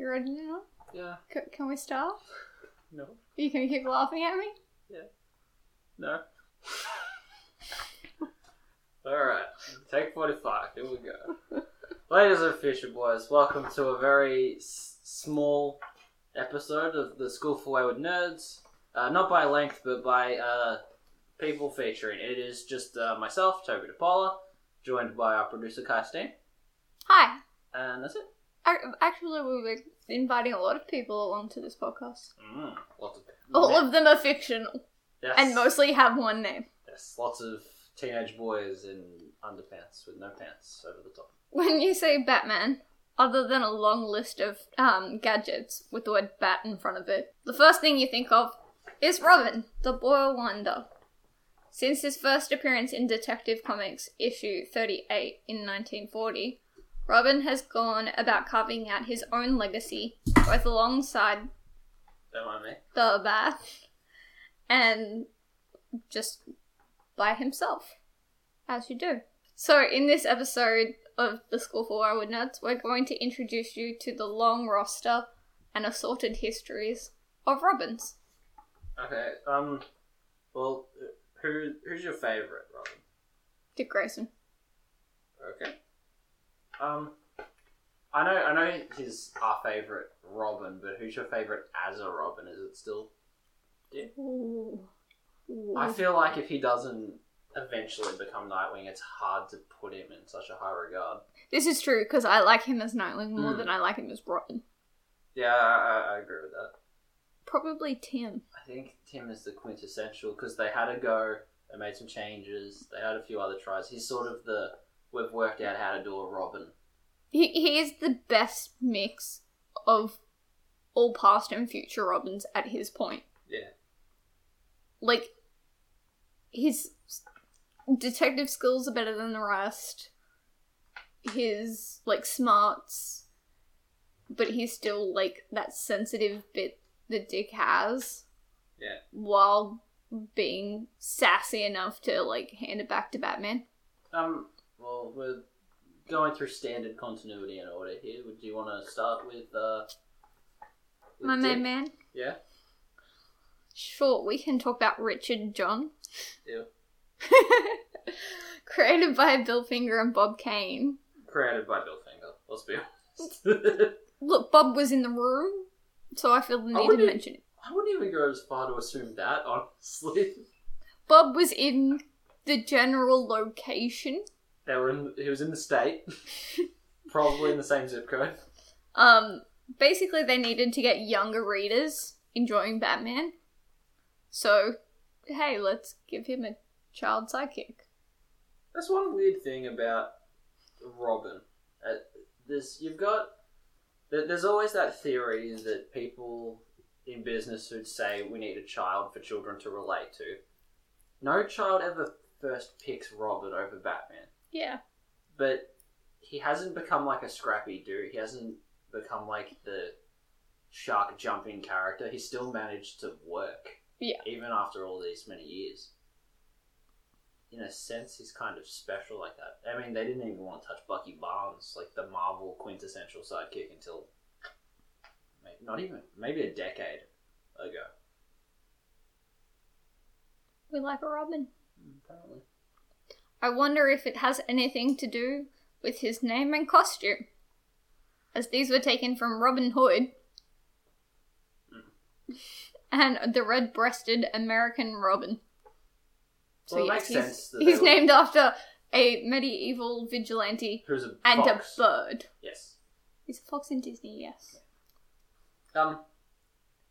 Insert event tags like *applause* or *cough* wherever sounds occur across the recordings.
already know. Yeah. C- can we stop? No. Are you gonna keep laughing at me? No. Alright, take 45, here we go. Ladies and Fisher Boys, welcome to a very s- small episode of the School for Wayward Nerds. Uh, not by length, but by uh, people featuring. It is just uh, myself, Toby DePaula, joined by our producer, Kai Steen, Hi. and that's it. Ac- Actually, we were inviting a lot of people along to this podcast. Mm, lots of All of them are fictional yes, and mostly have one name. yes, lots of teenage boys in underpants with no pants over the top. When you say Batman, other than a long list of um, gadgets with the word bat in front of it, the first thing you think of is Robin, the Boy Wonder. Since his first appearance in Detective Comics issue 38 in 1940, Robin has gone about carving out his own legacy, both alongside Don't mind me. the bath and just by himself, as you do. So, in this episode of the School for Wild Nuts, we're going to introduce you to the long roster and assorted histories of Robins. Okay. Um. Well, who who's your favorite, Robin? Dick Grayson. Okay. Um. I know. I know he's our favorite Robin, but who's your favorite as a Robin? Is it still? Ooh. I feel like if he doesn't eventually become Nightwing, it's hard to put him in such a high regard. this is true because I like him as Nightwing more Mm. than I like him as Robin. Yeah, I, I- I agree with that. Probably Tim. I think Tim is the quintessential because they had a go, they made some changes, they had a few other tries. He's sort of the we've worked out how to do a Robin. He, he is the best mix of all past and future Robins at his point. Yeah. like his detective skills are better than the rest. His like smarts, but he's still like that sensitive bit that Dick has. Yeah. While being sassy enough to like hand it back to Batman. Um. Well, we're going through standard continuity and order here. Would you want to start with uh? with My Dick? main man. Yeah. Sure, we can talk about Richard John. *laughs* Ew. Created by Bill Finger and Bob Kane. Created by Bill Finger. Let's be honest. Look, Bob was in the room, so I feel the I need to wouldn't- mention it. I wouldn't even go as far to assume that, honestly. Bob was in the general location. They were in. He was in the state. Probably in the same zip code. Um, basically, they needed to get younger readers enjoying Batman. So, hey, let's give him a child sidekick. That's one weird thing about Robin. Uh, there's you've got there- there's always that theory that people in business would say we need a child for children to relate to. No child ever first picks Robin over Batman, Yeah. but he hasn't become like a scrappy dude. He hasn't become like the shark jumping character. He still managed to work. Yeah. Even after all these many years. In a sense, he's kind of special like that. I mean, they didn't even want to touch Bucky Barnes, like the Marvel quintessential sidekick, until ma- not even maybe a decade ago. We like a Robin. Apparently, I wonder if it has anything to do with his name and costume, as these were taken from Robin Hood and the red breasted American Robin. So, Well, it yes, makes he's, sense that he's they would- named after a medieval vigilante who's a and fox. a bird. yes. He's a fox in Disney, yes. Um,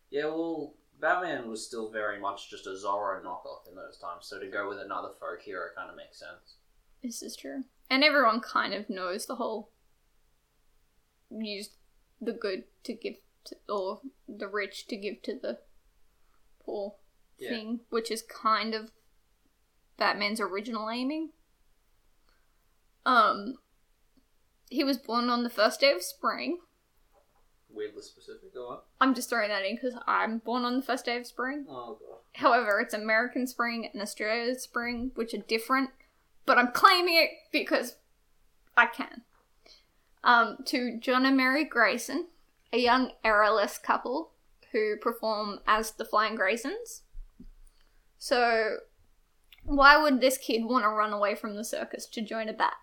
yeah, well, Batman was still very much just a Zorro knockoff in those times, so to go with another folk hero kind of makes sense. This is true. And everyone kind of knows the whole use the good to give to, or the rich to give to the poor Yeah. thing, which is kind of Batman's original aiming. Um he was born on the first day of spring. Weirdly specific, go on. I'm just throwing that in because I'm born on the first day of spring. Oh, God. However, it's American spring and Australian spring, which are different, but I'm claiming it because I can. Um, to John and Mary Grayson, a young errorless couple who perform as the Flying Graysons. So, why would this kid want to run away from the circus to join a bat?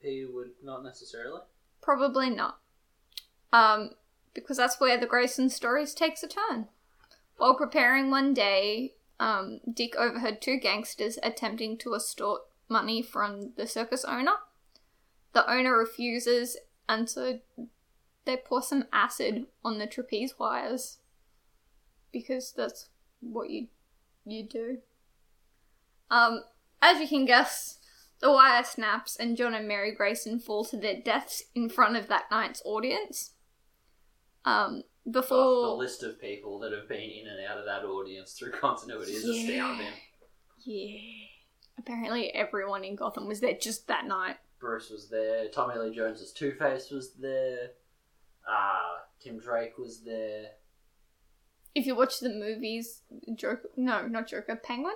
He would not necessarily. Probably not. Um, because that's where the Grayson stories takes a turn. While preparing one day, um, Dick overheard two gangsters attempting to extort money from the circus owner. The owner refuses, and so they pour some acid on the trapeze wires because that's what you you do. Um, as you can guess, the wire snaps, and John and Mary Grayson fall to their deaths in front of that night's audience. Um, before Oh, the list of people that have been in and out of that audience through *laughs* continuity is Yeah. astounding. Yeah. Apparently, everyone in Gotham was there just that night. Bruce was there. Tommy Lee Jones's Two Face was there. Uh, Tim Drake was there. If you watch the movies, Joker. No, not Joker. Penguin?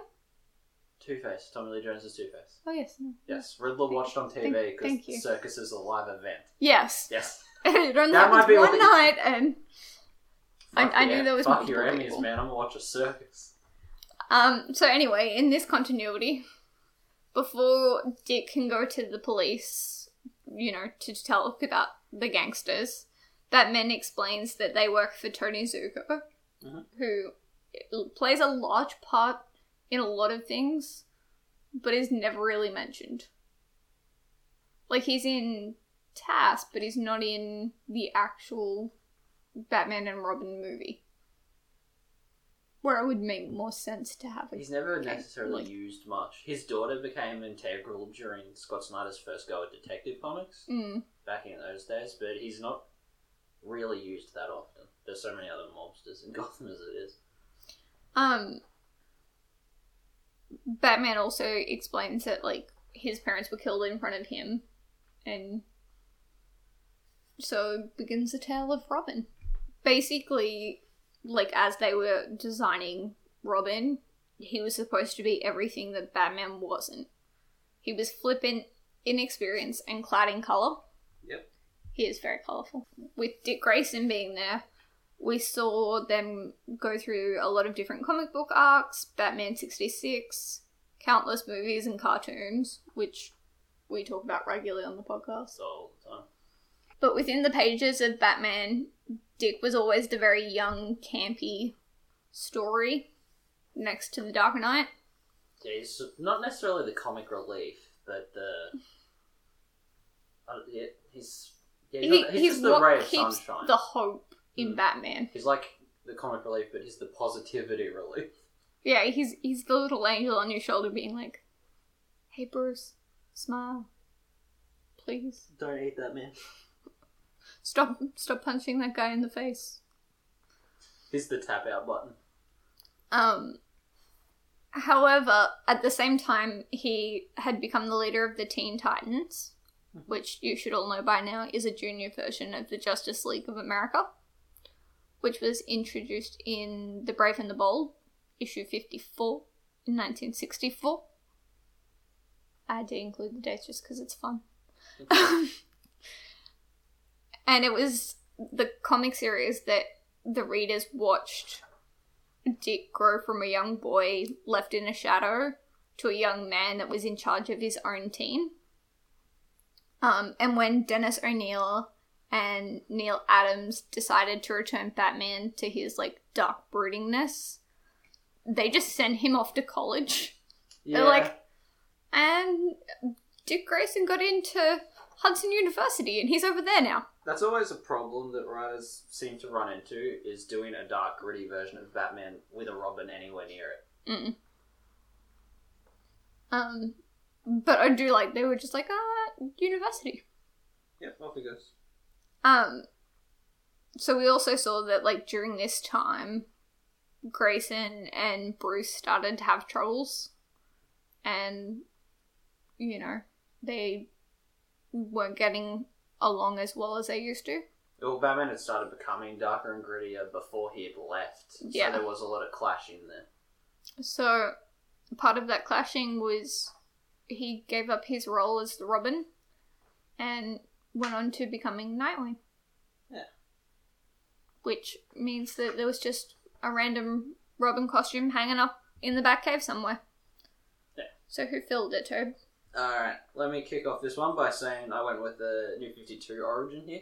Two Face. Tommy Lee Jones's Two Face. Oh, yes. no. Yes, Riddler watched on TV thank- thank because you. circus is a live event. Yes. *laughs* Yes. it only That might happens be all one that- night, and. I- Fuck I your- knew there was Fuck your multiple Emmys, people. man. I'm gonna watch a circus. Um, so, anyway, in this continuity, before Dick can go to the police, you know, to tell about the gangsters, Batman explains that they work for Tony Zuko, Mhm. who plays a large part in a lot of things, but is never really mentioned. Like he's in Task, but he's not in the actual Batman and Robin movie. Where it would make more sense to have it. He's never necessarily like- used much. His daughter became integral during Scott Snyder's first go at Detective Comics Mm, back in those days, but he's not really used that often. There's so many other mobsters in *laughs* Gotham as it is. Um, Batman also explains that like his parents were killed in front of him, and so begins the tale of Robin. Basically, like as they were designing Robin, he was supposed to be everything that Batman wasn't. He was flippant, inexperienced, and clad in color. Yep. He is very colorful. With Dick Grayson being there, we saw them go through a lot of different comic book arcs, Batman 66, countless movies and cartoons, which we talk about regularly on the podcast. So all the time. But within the pages of Batman, Dick was always the very young, campy story next to the Dark Knight. Yeah, he's not necessarily the comic relief, but the. I don't- yeah, he's. Yeah, he's, He- not- he's, he's just the what ray of keeps sunshine. the hope in Mm. Batman. He's like the comic relief, but he's the positivity *laughs* relief. Yeah, he's he's the little angel on your shoulder being like, Hey Bruce, smile. Please. Don't eat that man. Stop stop punching that guy in the face. He's the tap *laughs* out button. Um, however, at the same time, he had become the leader of the Teen Titans, which you should all know by now is a junior version of the Justice League of America, which was introduced in The Brave and the Bold, issue 54 in 1964. I had to include the dates just because it's fun. and it was the comic series that the readers watched Dick grow from a young boy left in a shadow to a young man that was in charge of his own team. Um, and when Dennis O'Neill and Neil Adams decided to return Batman to his like dark broodingness, they just sent him off to college. *laughs* Yeah. They're like, and Dick Grayson got into Hudson University, and he's over there now. That's always a problem that writers seem to run into is doing a dark, gritty version of Batman with a Robin anywhere near it. Mm. Um, but I do like they were just like ah university. Yep, off he goes. Um, so we also saw that like during this time, Grayson and Bruce started to have troubles, and you know they weren't getting along as well as they used to. Well, Batman had started becoming darker and grittier before he had left, Yeah. so there was a lot of clash in there. So part of that clashing was he gave up his role as the Robin and went on to becoming Nightwing. Yeah. which means that there was just a random Robin costume hanging up in the back cave somewhere. Yeah. So who filled it, Toad? Alright, let me kick off this one by saying I went with the New 52 origin here.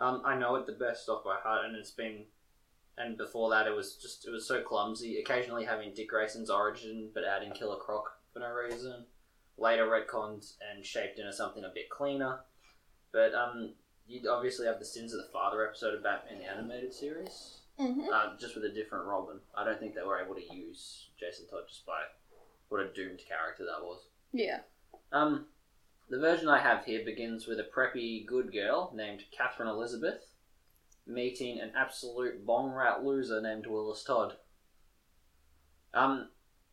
Um, I know it the best off by heart, and it's been. And before that, it was just. It was so clumsy. Occasionally having Dick Grayson's origin, but adding Killer Croc for no reason. Later retcons and shaped into something a bit cleaner. But, um, you obviously have the Sins of the Father episode of Batman the Animated Series. Mm-hmm. um, just with a different Robin. I don't think they were able to use Jason Todd just by what a doomed character that was. Yeah. Um, the version I have here begins with a preppy good girl named Catherine Elizabeth meeting an absolute bong rat loser named Willis Todd. Um,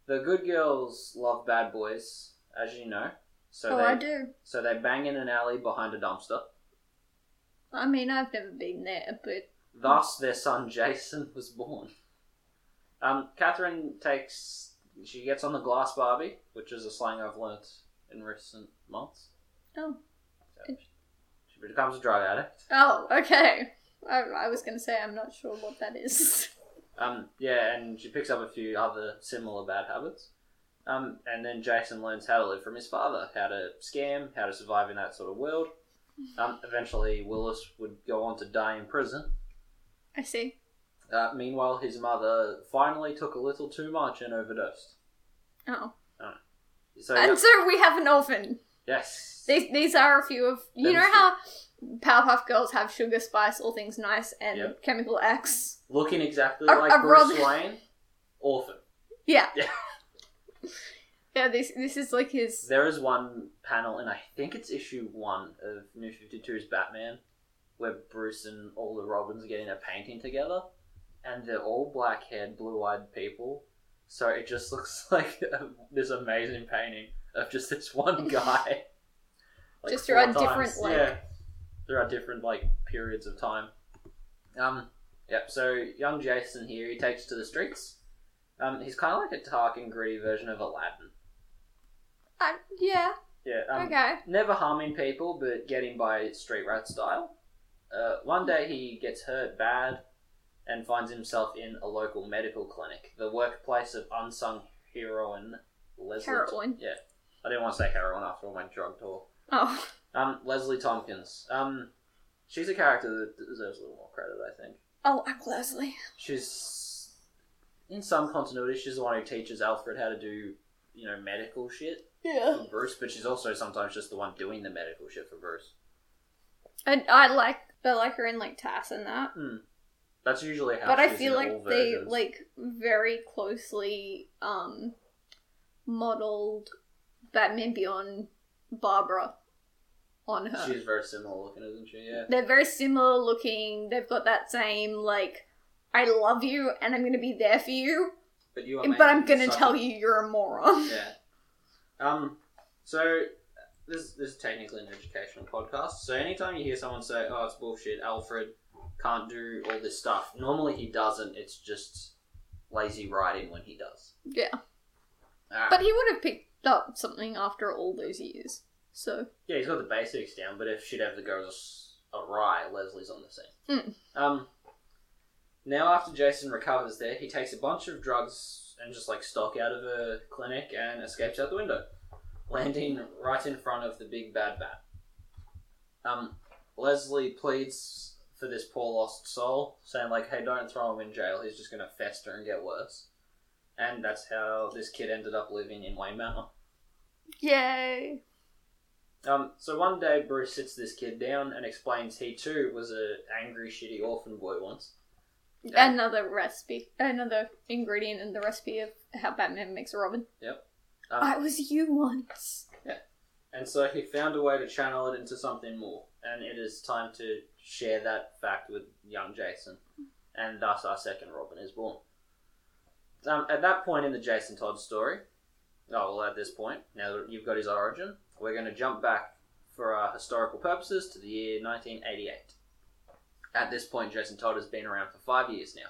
the good girls love bad boys, as you know. So oh, they I do. so they bang in an alley behind a dumpster. I mean, I've never been there, but Thus, their son Jason was born. Um, Catherine takes. She gets on the glass Barbie, which is a slang I've learnt in recent months. oh, So she becomes a drug addict. oh, okay. I, I was gonna say I'm not sure what that is. Um, yeah, and she picks up a few other similar bad habits. Um, and then Jason learns how to live from his father, how to scam, how to survive in that sort of world. Um, eventually, Willis would go on to die in prison. I see. Uh, meanwhile, his mother finally took a little too much and overdosed. Oh, So and so we have an orphan. Yes. These these are a few of you That know is how Powerpuff Girls have sugar, spice, all things nice, and Yep. Chemical X. Looking exactly A- like a Bruce brother. Wayne. Orphan. Yeah. Yeah. *laughs* yeah. This this is like his. There is one panel, and I think it's issue one of New 52's Batman, where Bruce and all the Robins are getting a painting together, and they're all black haired, blue eyed people. So it just *laughs* looks like a, this amazing painting of just *laughs* this one guy. Just four throughout different, like- Yeah. There are different, like, periods of time. Um, yep, so young Jason here, he takes to the streets. Um, he's kind of like a dark and gritty version of Aladdin. Uh, yeah. Yeah, um, okay. never harming people, but getting by street rat style. Uh, one day he gets hurt bad and finds himself in a local medical clinic, the workplace of unsung heroine Leslie. Heroine. Yeah, I didn't want to say heroine after all my drug talk. Oh. Um, Leslie Tompkins. Um, she's a character that deserves a little more credit, I think. Oh, I'm Leslie. She's in some continuity. She's the one who teaches Alfred how to do, you know, medical shit Yeah. for Bruce, but she's also sometimes just the one doing the medical shit for Bruce. And I like I like her in like Tass and that. That's usually how. but I she's feel in like all they versions. like very closely um modeled Batman Beyond Barbara on her. She's very similar looking, isn't she? Yeah. They're very similar looking. They've got that same like I love you and I'm going to be there for you, But you. Are but I'm making going to such- tell you you're a moron. *laughs* *laughs* Yeah. Um. So this this is technically an educational podcast. So anytime you hear someone say, "Oh, it's bullshit," Alfred can't do all this stuff. Normally he doesn't. It's just lazy writing when he does. Yeah. Alright. But he would have picked up something after all those years. So, Yeah, he's got the basics down, but if shit ever goes awry, Leslie's on the scene. Mm. Um, now, after Jason recovers there, he takes a bunch of drugs and just like stock out of a clinic and escapes out the window, landing right in front of the big bad bat. Um, Leslie pleads for this poor lost soul, saying like, "Hey, don't throw him in jail. He's just gonna fester and get worse." And that's how this kid ended up living in Wayne Manor. yay. Um, so one day Bruce sits this kid down and explains he too was a angry, shitty orphan boy once. Yeah. Another recipe, another ingredient in the recipe of how Batman makes a Robin. Um, I was you once. *laughs* And so he found a way to channel it into something more, and it is time to share that fact with young Jason, and thus our second Robin is born. Um, at that point in the Jason Todd story, oh, well, at this point, now that you've got his origin, we're going to jump back for our historical purposes to the year 1988. At this point, Jason Todd has been around for five years now,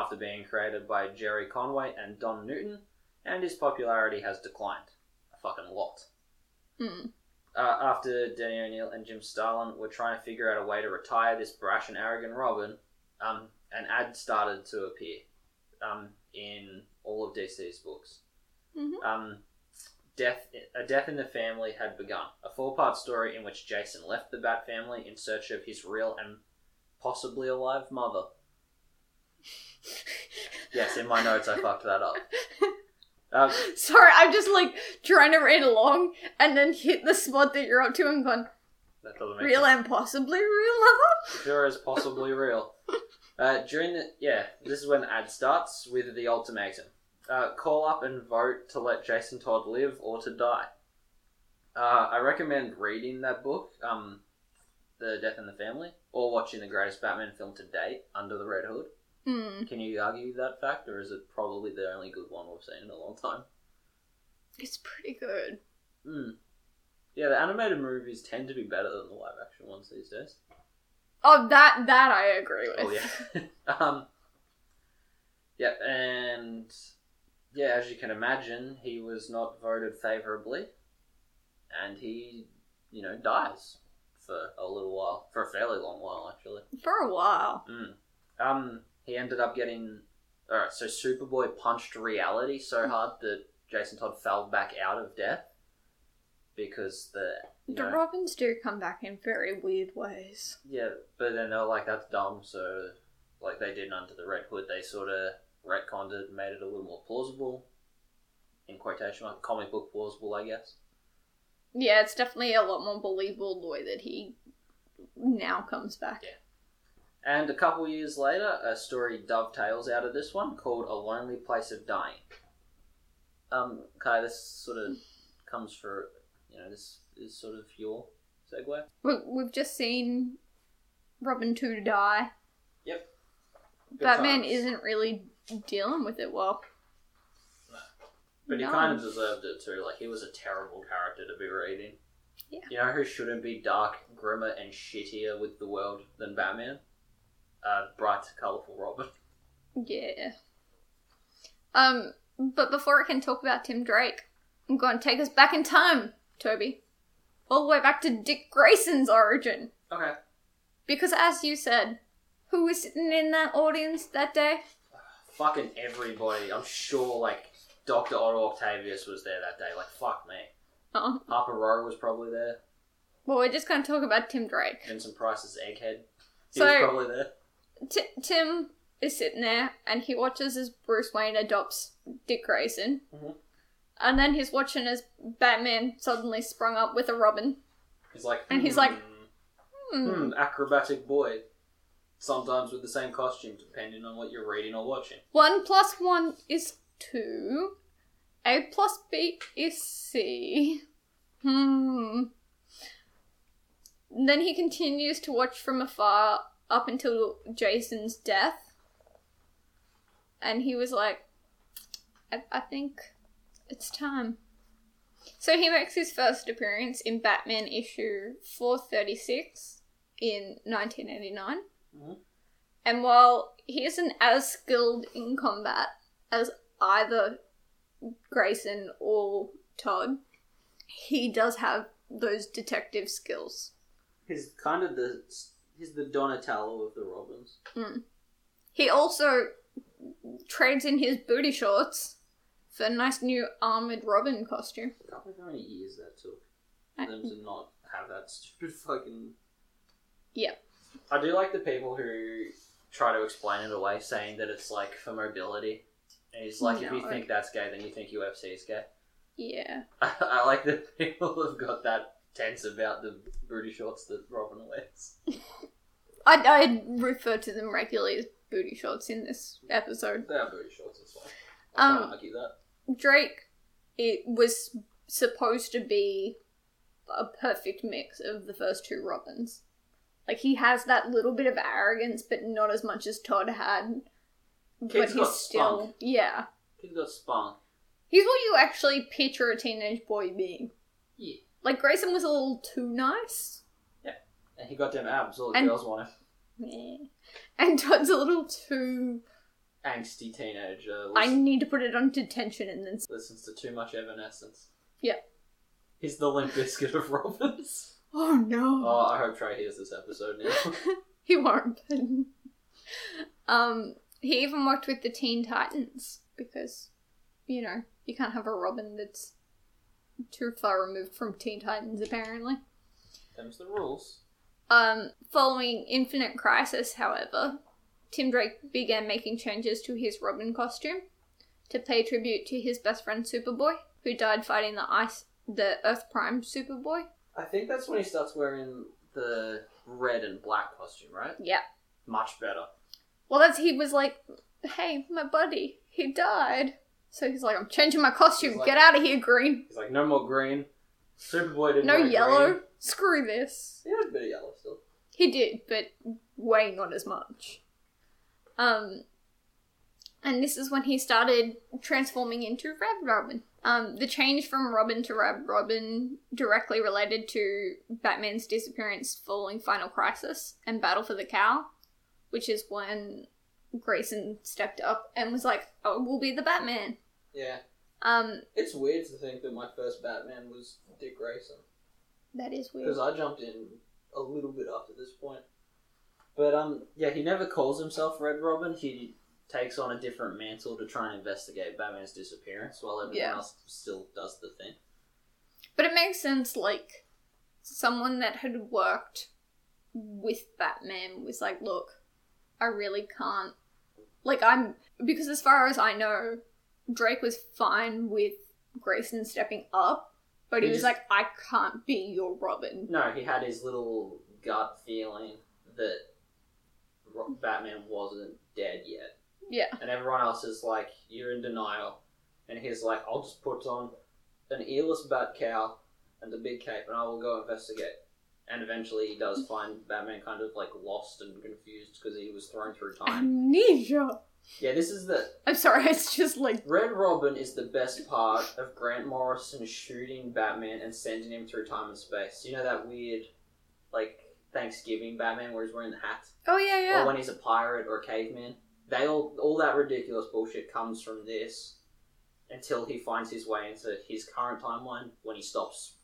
after being created by Jerry Conway and Don Newton, and his popularity has declined a fucking lot Hmm. uh, after Danny O'Neill and Jim Starlin were trying to figure out a way to retire this brash and arrogant Robin, um, an ad started to appear um, in all of DC's books. Mhm. Um, death, a death in the family had begun. A four-part story in which Jason left the Bat family in search of his real and possibly alive mother. yes, in my notes I fucked that up. Um, Sorry, I'm just like trying to read along and then hit the spot that you're up to and gone, that doesn't make real sense. and possibly real lover? sure as possibly real. Uh, during the yeah, this is when the ad starts with the ultimatum: uh, call up and vote to let Jason Todd live or to die. Uh, I recommend reading that book, um, The Death in the Family, or watching the greatest Batman film to date, Under the Red Hood. Hmm. Can you argue that fact, or is it probably the only good one we've seen in a long time? It's pretty good. Hmm. Yeah, the animated movies tend to be better than the live action ones these days. Oh, that that I agree with. Oh yeah. um. Yep, and yeah, as you can imagine, he was not voted favorably, and he, you know, dies for a little while, for a fairly long while actually. For a while. Mm. Um, he ended up getting. All right, so Superboy punched reality so hard that Jason Todd fell back out of death because the you The know, Robins do come back in very weird ways. Yeah, but then they were like, that's dumb, so like they did under the Red Hood, they sort of retconned it, made it a little more plausible. In quotation mark, comic book plausible, I guess. Yeah, it's definitely a lot more believable the way that he now comes back. And a couple years later, a story dovetails out of this one called A Lonely Place of Dying. Um, Kai, this sort of comes for, you know, this is sort of your segue. We, we've just seen Robin 2 die. Yep. Good Batman times. isn't really dealing with it well. But he No. kind of deserved it too. Like he was a terrible character to be reading. Yeah. You know who shouldn't be dark, grimmer, and shittier with the world than Batman? Uh, bright, colourful Robin. Yeah. Um, but before I can talk about Tim Drake, I'm going to take us back in time, Toby. All the way back to Dick Grayson's origin. Okay. Because as you said, who was sitting in that audience that day? Fucking everybody. I'm sure like Doctor Otto Octavius was there that day. Like fuck me. Oh, Harper Row was probably there. well, we're just going to talk about Tim Drake. Vincent Price's egghead. He was So- probably there. T- Tim is sitting there and he watches as Bruce Wayne adopts Dick Grayson. Mhm. And then he's watching as Batman suddenly sprung up with a Robin. He's like, And he's like, "Hmm, Hmm. hmm, acrobatic boy. Sometimes with the same costume, depending on what you're reading or watching. 1 plus 1 is 2. A plus B is C. Hmm. Then he continues to watch from afar up until Jason's death. And he was like, I, I think it's time. So he makes his first appearance in Batman issue 436 in 1989. And while he isn't as skilled in combat as either Grayson or Todd, he does have those detective skills. He's kind of the he's the Donatello of the Robins. He also trades in his booty shorts for a nice new armored Robin costume. I can't believe how many years that took I- for them to not have that stupid fucking. Yeah. I do like the people who try to explain it away, saying that it's like for mobility. And it's like, if you No. think that's gay, then you think UFC is gay. *laughs* Yeah. I, I like that people have got that tense about the booty shorts that Robin wears. I, I refer to them regularly as booty shorts in this episode. They are booty shorts, it's fine. I can't Um, argue that. Drake it was supposed to be a perfect mix of the first two Robins. Like he has that little bit of arrogance, but not as much as Todd had. but Kid's he's got still spunk. yeah. He's got spunk. He's what you actually picture a teenage boy being. Yeah. Like Grayson was a little too nice. And he got them abs, all the And- girls want him. Meh. And Todd's a little too Angsty teenager. I listen- need to put it on detention and then listens to too much Evanescence. Yeah. He's the limp biscuit of Robins. *laughs* Oh no. *laughs* Oh, I hope Trey hears this episode now. he won't. but- Um, he even worked with the Teen Titans because, you know, you can't have a Robin that's too far removed from Teen Titans, apparently. Them's the rules. Um, following Infinite Crisis, however, Tim Drake began making changes to his Robin costume to pay tribute to his best friend Superboy, who died fighting the ice, the Earth Prime Superboy. I think that's when he starts wearing the red and black costume, right? Yeah. Much better. Well, that's he was like, "Hey, my buddy, he died." So he's like, "I'm changing my costume. He's like- Get out of here, green. He's like, no more green. Superboy didn't. No wear yellow. Green. Screw this." He had a bit of yellow still. He did, but way not as much. Um, and this is when he started transforming into Red Robin. Um, the change from Robin to Red Robin directly related to Batman's disappearance following Final Crisis and Battle for the Cow, which is when Grayson stepped up and was like, "Oh, we'll be the Batman." Yeah, Um, it's weird to think that my first Batman was Dick Grayson that is weird. because I jumped in a little bit after this point. But um, yeah, he never calls himself Red Robin. He takes on a different mantle to try and investigate Batman's disappearance, while everyone Yeah. else still does the thing. But it makes sense, like, someone that had worked with Batman was like, look, I really can't. Like, I'm. Because as far as I know, Drake was fine with Grayson stepping up, but he, He was just- like, I can't be your Robin. No, he had his little gut feeling that Ro- Batman wasn't dead yet. Yeah. And everyone else is like, you're in denial. And he's like, I'll just put on an earless bat cow and a big cape and I will go investigate. And eventually he does find Batman kind of like lost and confused because he was thrown *laughs* through time. Amnesia! yeah, this is the. I'm sorry, *laughs* it's just like. Red Robin is the best part of Grant Morrison shooting Batman and sending him through time and space. You know that weird, like, Thanksgiving Batman where he's wearing the hat? Oh, yeah, or yeah. when he's a pirate or a caveman. They all all that ridiculous bullshit comes from this until he finds his way into his current timeline when he stops.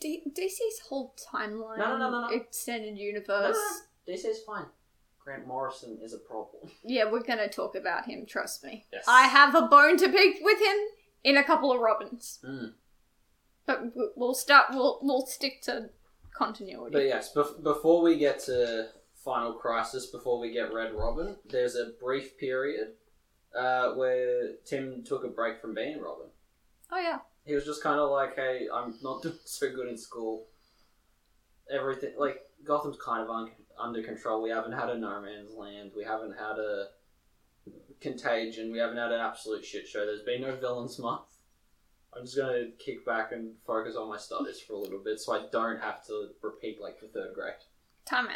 D- DC's whole timeline, No, no, no, no, no. extended No, no, universe. no, This is fine. Grant Morrison is a problem. Yeah, we're gonna talk about him, trust me. Yes. I have a bone to pick with him in a couple of Robins. Mm. But w- we'll start, we'll, we'll stick to continuity. But yes, bef- before we get to Final Crisis, before we get Red Robin, there's a brief period uh, where Tim took a break from being Robin. Oh, yeah. he was just kind of like, hey, I'm not *laughs* doing so good in school. Everything like Gotham's kind of un- under control. We haven't had a no man's land. We haven't had a contagion. We haven't had an absolute shit show. There's been no villains month. I'm just gonna kick back and focus on my studies for a little bit, so I don't have to repeat like the third grade. Time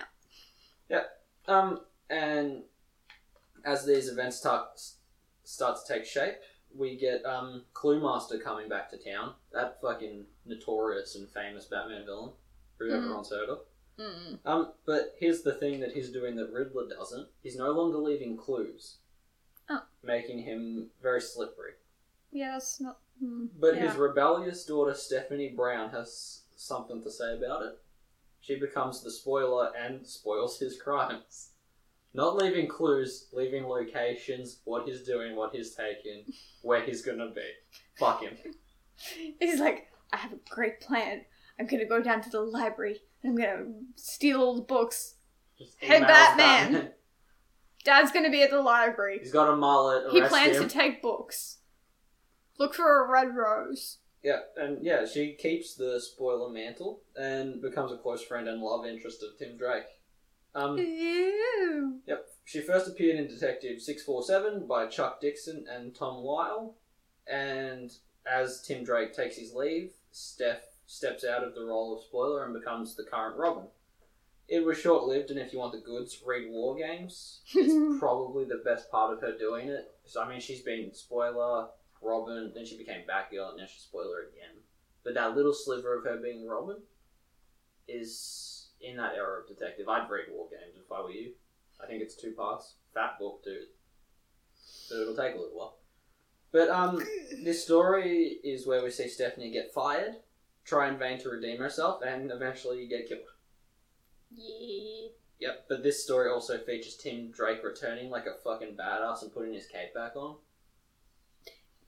out. Um, and as these events start start to take shape, we get um Clue Master coming back to town. That fucking notorious and famous Batman villain who Mhm. everyone's heard of. Mm. Um, but here's the thing that he's doing that Riddler doesn't. He's no longer leaving clues. Oh. Making him very slippery. Yeah, that's not. Mm. But yeah. his rebellious daughter Stephanie Brown has something to say about it. She becomes the spoiler and spoils his crimes. Not leaving clues, leaving locations, what he's doing, what he's taking, where he's gonna be. Fuck him. *laughs* He's like, I have a great plan. I'm gonna go down to the library and I'm gonna steal all the books. Just Hey, emails Batman. Dad's gonna be at the library. He's got a mullet. He arrest plans him. to take books. Look for a red rose. yeah, and yeah, she keeps the spoiler mantle and becomes a close friend and love interest of Tim Drake. Um, Ew. *laughs* Yep. She first appeared in Detective 647 by Chuck Dixon and Tom Lyle. And as Tim Drake takes his leave, Steph steps out of the role of spoiler and becomes the current Robin. It was short lived, and if you want the goods, read War Games. It's probably the best part of her doing it. So, I mean, she's been spoiler, Robin, then she became Batgirl, and now she's spoiler again. But that little sliver of her being Robin is in that era of Detective. I'd read War Games if I were you. I think it's two parts. Fat book, dude. But it'll take a little while. But um, this story is where we see Stephanie get fired, try in vain to redeem herself, and eventually get killed. Yeah. Yep. But this story also features Tim Drake returning like a fucking badass and putting his cape back on.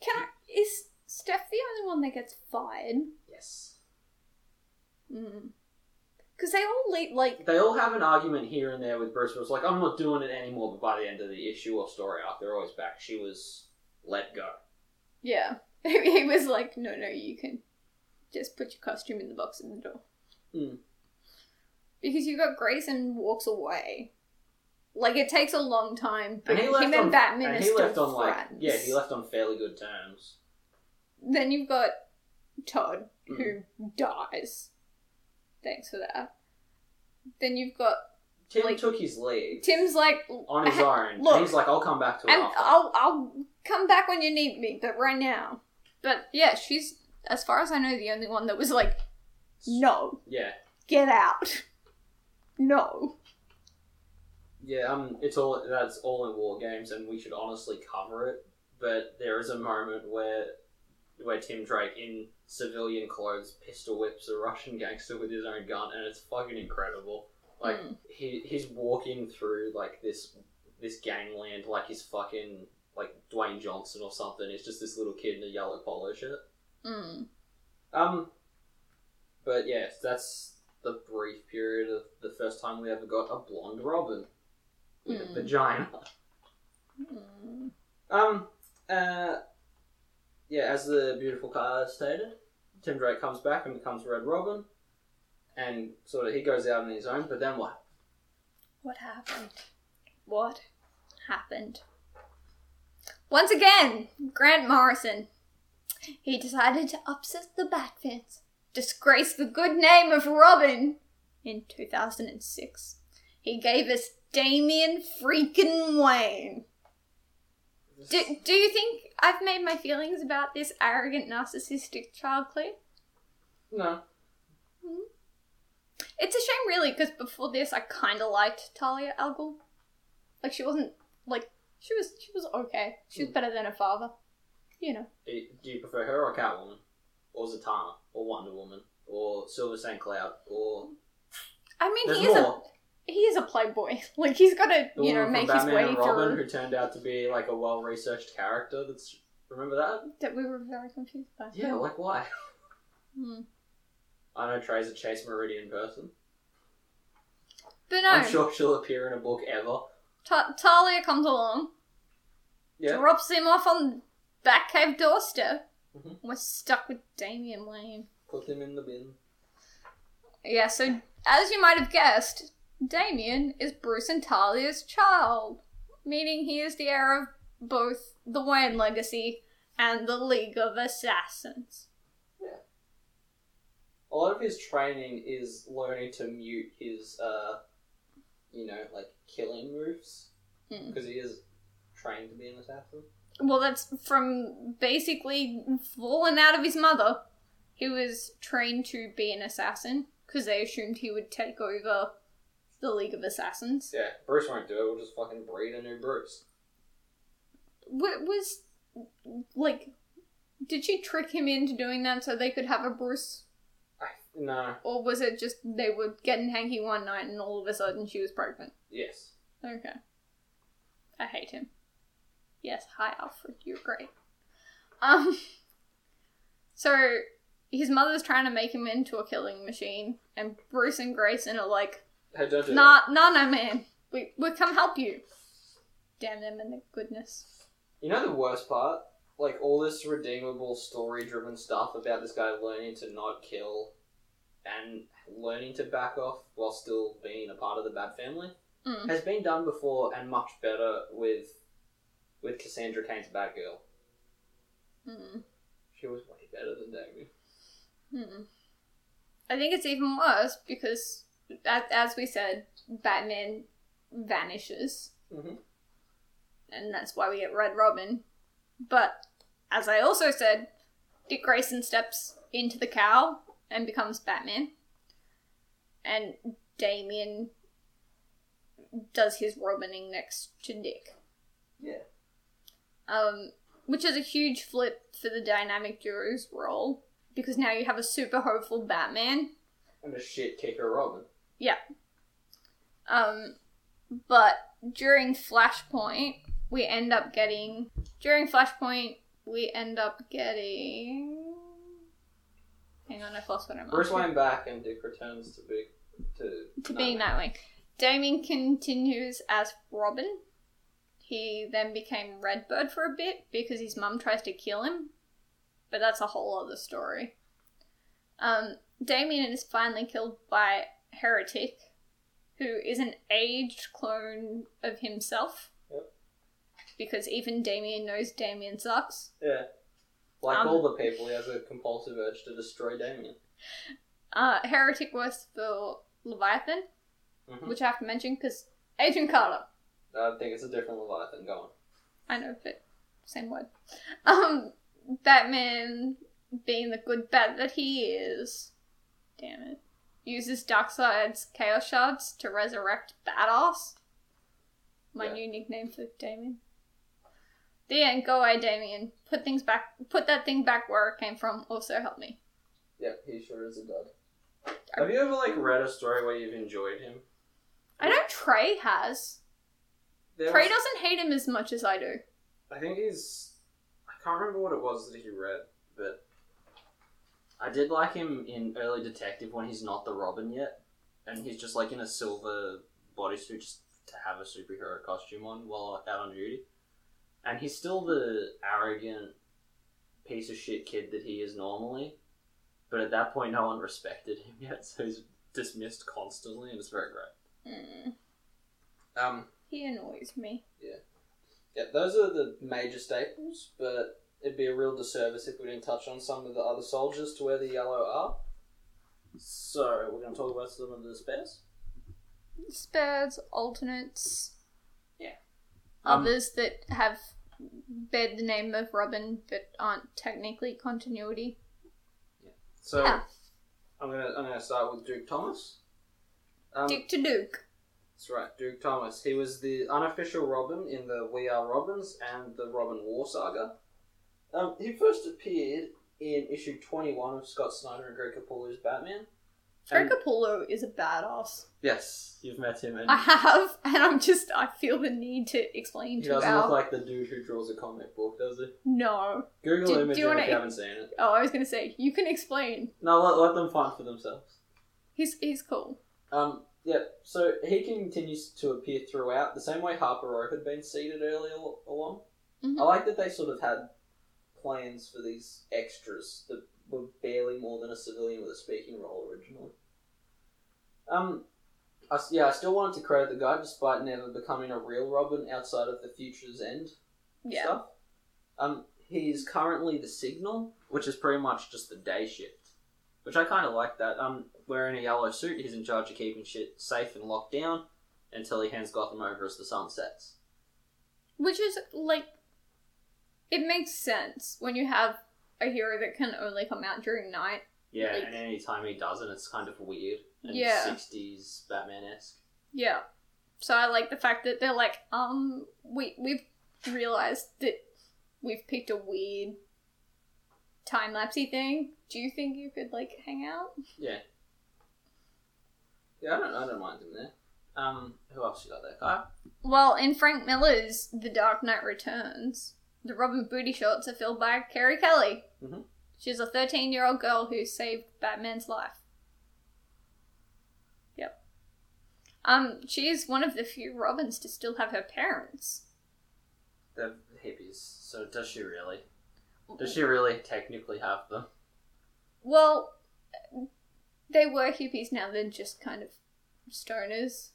Can I? Is Steph the only one that gets fired? Yes. Because Mm. they all leave, like, They all have an argument here and there with Bruce. Where it's like, I'm not doing it anymore. But by the end of the issue or story arc, they're always back. She was let go. yeah. *laughs* he was like, no, no, you can just put your costume in the box in the door. Mm. Because you've got Grayson walks away. Like, it takes a long time, but And he him left and on. Batman and are he still left on like friends. yeah, he left on fairly good terms. Then you've got Todd, Mm. who dies. Thanks for that. Then you've got Tim Like- took his leave Tim's like on his "Ha- own. look, and he's like, I'll come back to it. and after." I'll I'll come back when you need me, but right now. But yeah, she's as far as I know the only one that was like, no, Yeah, get out, *laughs* no. yeah. Um, it's all that's all in war games, and we should honestly cover it. But there is a moment where where Tim Drake in civilian clothes pistol whips a Russian gangster with his own gun, and it's fucking incredible. Like Mm. he he's walking through like this this gangland like he's fucking like Dwayne Johnson or something. It's just this little kid in a yellow polo shirt. Mm. Um, but yeah, that's the brief period of the first time we ever got a blonde Robin with a Hmm. vagina. Mm. Um, uh, yeah, as the beautiful car stated, Tim Drake comes back and becomes Red Robin, and sort of he goes out on his own. But then what? What happened? What happened? Once again, Grant Morrison. He decided to upset the bat fence, disgrace the good name of Robin. In 2006, he gave us Damian freaking Wayne. Do, do you think I've made my feelings about this arrogant, narcissistic child clear? No, It's a shame, really, because before this, I kind of liked Talia Al Ghul. Like she wasn't like she was she was okay. She Hmm. was better than her father, you know. do you, do you prefer her or Catwoman, or Zatanna, or Wonder Woman, or Silver St. Cloud, or I mean, there's he is more. a he is a playboy. *laughs* Like he's got to The you woman know from make his Batman way and Robin through. who turned out to be like a well researched character. That's remember that? That we were very confused by. Yeah, like why? Hmm. I know Trey's a Chase Meridian person. But no, I'm sure she'll appear in a book ever. Ta- Talia comes along, Yeah. drops him off on Batcave doorstep. Mhm. We're stuck with Damian Wayne. Put them in the bin. Yeah, so as you might have guessed, Damien is Bruce and Talia's child, meaning he is the heir of both the Wayne legacy and the League of Assassins. A lot of his training is learning to mute his, uh, you know, like killing moves Mm. because he is trained to be an assassin. Well, that's from basically falling out of his mother. He was trained to be an assassin because they assumed he would take over the League of Assassins. Yeah, Bruce won't do it. We'll just fucking breed a new Bruce. What was like? Did she trick him into doing that so they could have a Bruce I, no. Or was it just they were getting hanky one night and all of a sudden she was pregnant? Yes. Okay. I hate him. Yes, hi Alfred, you're great. Um So his mother's trying to make him into a killing machine and Bruce and Grayson are like, Hey, don't do Nah nah no man. We we come help you. Damn them and their goodness. You know the worst part? Like all this redeemable story driven stuff about this guy learning to not kill and learning to back off while still being a part of the bad family Mm. has been done before and much better with with Cassandra Cain's Batgirl. Mm. She was way better than Damien. Hmm. I think it's even worse because, as, as we said, Batman vanishes. Mhm. And that's why we get Red Robin. But, as I also said, Dick Grayson steps into the cow and becomes Batman. And Damien does his Robining next to Dick Yeah. um, which is a huge flip for the dynamic duo's role because now you have a super hopeful Batman. And a shit kicker Robin. Um, but during Flashpoint, we end up getting during Flashpoint we end up getting. Hang on, I've lost what I'm. Bruce asking. Wayne back and Dick returns to be to um, to being Nightwing. Damien continues as Robin. He then became Redbird for a bit because his mum tries to kill him, but that's a whole other story. Um, Damien is finally killed by Heretic, who is an aged clone of himself. Yep. Because even Damien knows Damien sucks. Yeah. Like Um, all the people, he has a compulsive urge to destroy Damien. Uh, Heretic works for Leviathan, Mhm. which I have to mention because Agent Carter. I think it's a different Leviathan. Go on. I know, but same word. Um, Batman, being the good bat that he is, damn it, uses Darkseid's Chaos Shards to resurrect Badass. My Yeah. new nickname for Damien. The end. Go away, Damien. Put things back. Put that thing back where it came from. Also help me. Yeah, he sure is a dud. Have you ever like read a story where you've enjoyed him? I know Trey has. There Trey was- doesn't hate him as much as I do. I think he's. I can't remember what it was that he read, but I did like him in Early Detective when he's not the Robin yet, and he's just like in a silver bodysuit just to have a superhero costume on while out on duty, and he's still the arrogant piece of shit kid that he is normally, but at that point no one respected him yet, *laughs* so he's dismissed constantly, and it's very great. Mm, Um, he annoys me. Yeah, those are the major staples, but it'd be a real disservice if we didn't touch on some of the other soldiers to where the yellow are. So, we're going to talk about some of the spares. Spares, alternates. Um, others that have bear the name of Robin but aren't technically continuity. Ah, So, Yeah. I'm going to I'm gonna start with Duke Thomas. Um, Duke to Duke. That's right, Duke Thomas. He was the unofficial Robin in the We Are Robins and the Robin War saga. Um, he first appeared in issue 21 of Scott Snyder and Greg Capullo's Batman. Greg And- Capullo is a badass. yes, you've met him. And I have, and I'm just I feel the need to explain He to doesn't our look like the dude who draws a comic book, does he? no. Google Do- do image you him wanna- if you haven't seen it. Oh, I was gonna say you can explain. No, let, let them find for themselves. He's he's cool. Um, yeah, so he continues to appear throughout, the same way Harper Row had been seated earlier al- along. Mhm. I like that they sort of had plans for these extras that were barely more than a civilian with a speaking role originally. Um, I s yeah, I still wanted to credit the guy despite never becoming a real Robin outside of the Future's End Yeah. stuff. Um, he's currently the signal, which is pretty much just the day shift, which I kind of like that. Um, wearing a yellow suit, he's in charge of keeping shit safe and locked down until he hands Gotham over as the sun sets. Which is like it makes sense when you have a hero that can only come out during night. Yeah, Like- and any time he doesn't, it's kind of weird and Yeah. sixties Batman esque. Yeah. So I like the fact that they're like, um, we we've realized that we've picked a weird time lapsey thing. Do you think you could like hang out? Yeah. Yeah, I don't, I don't mind him there. Um, who else you got there, Kyle? Well, in Frank Miller's The Dark Knight Returns, the Robin booty shorts are filled by Carrie Kelly. Mhm. She's a 13 year old girl who saved Batman's life. Yep. Um, she is one of the few Robins to still have her parents. They're hippies. So does she really? Does she really technically have them? Well, they were hippies now, they're just kind of stoners.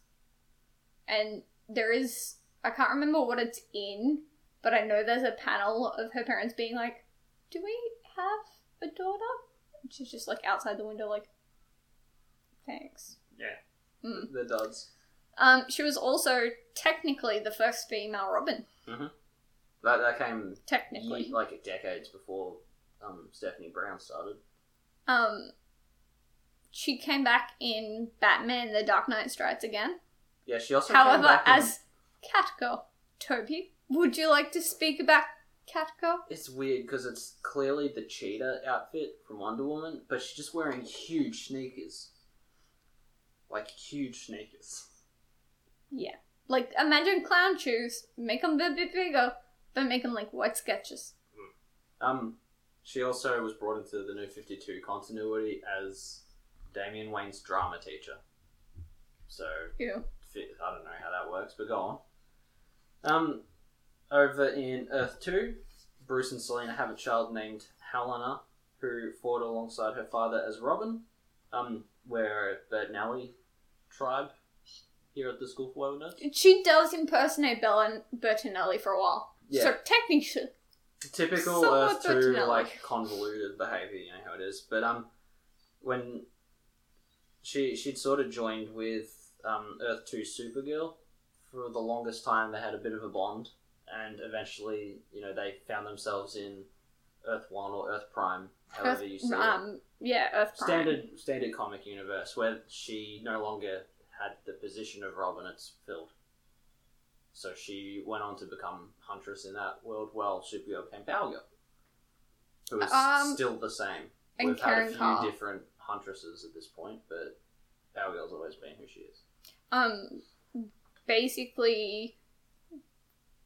And there is, I can't remember what it's in, but I know there's a panel of her parents being like, Do we have a daughter? And she's just like outside the window, like, Thanks. Yeah. Mm. The duds. Um, she was also technically the first female Robin. That that came Technically. ye- like decades before um, Stephanie Brown started. Um, she came back in Batman The Dark Knight Strides again. Yeah, she also. came However, back in- as Catgirl, Toby, would you like to speak about Catgirl? it's weird because it's clearly the cheetah outfit from Wonder Woman, but she's just wearing huge sneakers, like huge sneakers. Like, imagine clown shoes, make them a bit bigger, but make them like white sketches. Um, she also was brought into the New Fifty Two continuity as Damian Wayne's drama teacher. So Ew. fi- I don't know how that works, but go on. Um, over in Earth Two, Bruce and Selena have a child named Helena who fought alongside her father as Robin. Um, we're at the Nelly tribe here at the School for Wilderness. She does impersonate Bella Bertinelli for a while. Yeah. So technically, typical Somewhat Earth Two original. like convoluted behavior. You know how it is. But um, when she she'd sort of joined with um, Earth Two Supergirl for the longest time. They had a bit of a bond, and eventually, you know, they found themselves in Earth One or Earth Prime, however you Earth, see it. um, yeah, Earth Prime. Standard standard comic universe where she no longer had the position of Robin. It's filled. So she went on to become Huntress in that world while Supergirl became Power Girl, who is Um, still the same. and We've had a Karen few Carr. different Huntresses at this point, but Power Girl's always been who she is. um basically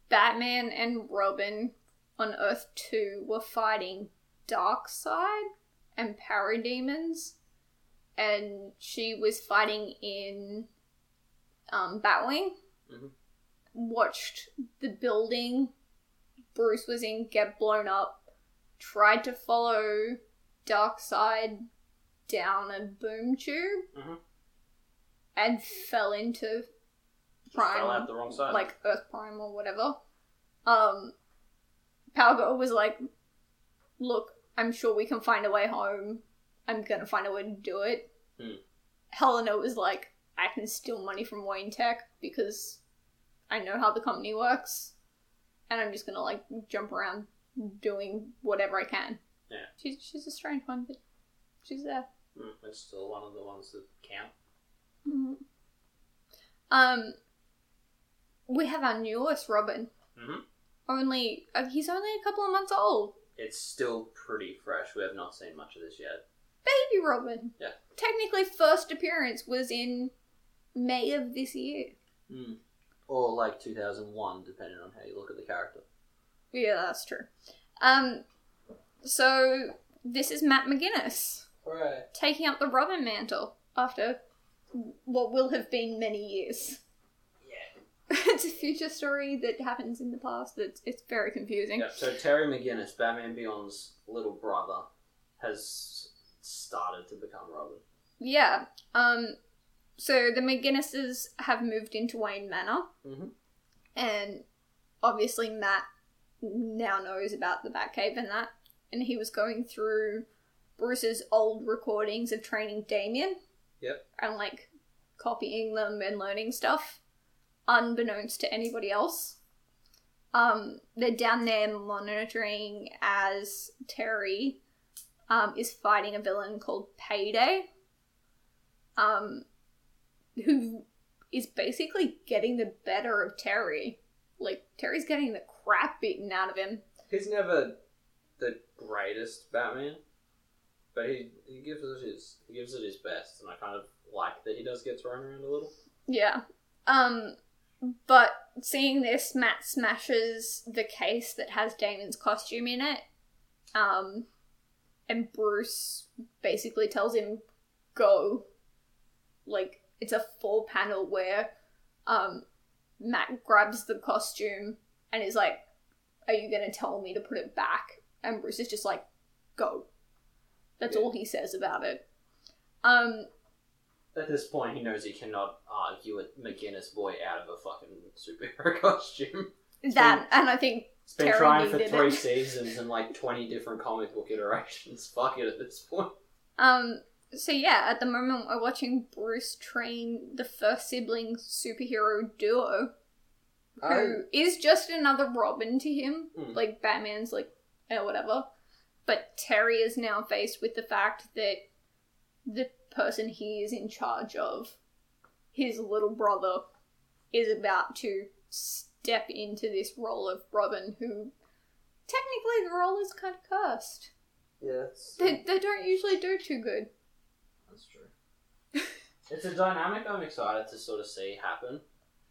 Batman and Robin on Earth 2 were fighting Darkseid and Parademons and she was fighting in um Batwing Mhm. watched the building Bruce was in get blown up tried to follow Darkseid down a boom tube Mm-hmm. and fell into She fell Prime, out the wrong side. like Earth Prime or whatever. Um, Power Girl was like, "Look, I'm sure we can find a way home. I'm gonna find a way to do it." Hmm. Helena was like, "I can steal money from Wayne Tech because I know how the company works, and I'm just gonna like jump around doing whatever I can." Yeah. she's she's a strange one, but she's there. Mm, it's still one of the ones that count. Mhm. Um, we have our newest Robin. Mhm. Only uh, he's only a couple of months old, It's still pretty fresh. We have not seen much of this yet. baby Robin. Yeah. Technically, first appearance was in May of this year. Mm. Or like 2001, depending on how you look at the character. Yeah, that's true. Um, so this is Matt McGuinness Alright. taking up the Robin mantle after what will have been many years. *laughs* Yeah. it's a future story that happens in the past. That it's very confusing. Yep, so Terry McGinnis, Batman Beyond's little brother, has started to become Robin. Yeah. Um. So the McGinnises have moved into Wayne Manor, Mhm. and obviously Matt now knows about the Batcave and that, and he was going through Bruce's old recordings of training Damien. Yep. And like copying them and learning stuff, unbeknownst to anybody else. Um, they're down there monitoring as Terry um, is fighting a villain called Payday, um, who is basically getting the better of Terry. Like, Terry's getting the crap beaten out of him. He's never the greatest Batman, but he, he gives it his he gives it his best, and I kind of like that he does get thrown around a little. Yeah. Um, but seeing this, Matt smashes the case that has Damon's costume in it. Um, and Bruce basically tells him, go. Like, it's a full panel where um, Matt grabs the costume and is like, are you going to tell me to put it back? And Bruce is just like, go. That's Yeah. all he says about it. Um, At this point, he knows he cannot argue a McGinnis boy out of a fucking superhero *laughs* costume. that, and I think It's been Terry trying for needed three it. seasons and like twenty different comic book iterations. *laughs* Fuck it at this point. Um, so yeah, at the moment we're watching Bruce train the first sibling superhero duo, who *laughs* is just another Robin to him. Mm. Like Batman's like or whatever. But Terry is now faced with the fact that the person he is in charge of, his little brother, is about to step into this role of Robin who technically the role is kind of cursed. yeah, They, they don't usually do too good. That's true. it's a dynamic I'm excited to sort of see happen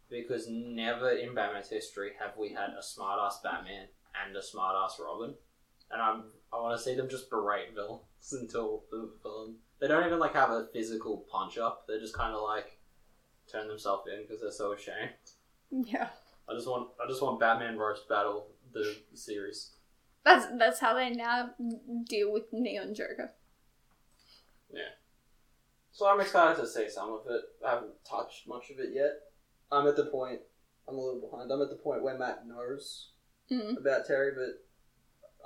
because never in Batman's history have we had a smart ass Batman and a smart ass Robin. And I'm I want to see them just berate villains *laughs* until the villain. They don't even like have a physical punch up. They just kind of like turn themselves in because they're so ashamed. Yeah. I just want I just want Batman roast battle the series. That's that's how they now deal with Neon Joker. So I'm excited to see some of it. I haven't touched much of it yet. I'm at the point. I'm a little behind. I'm at the point where Matt knows Mm. about Terry, but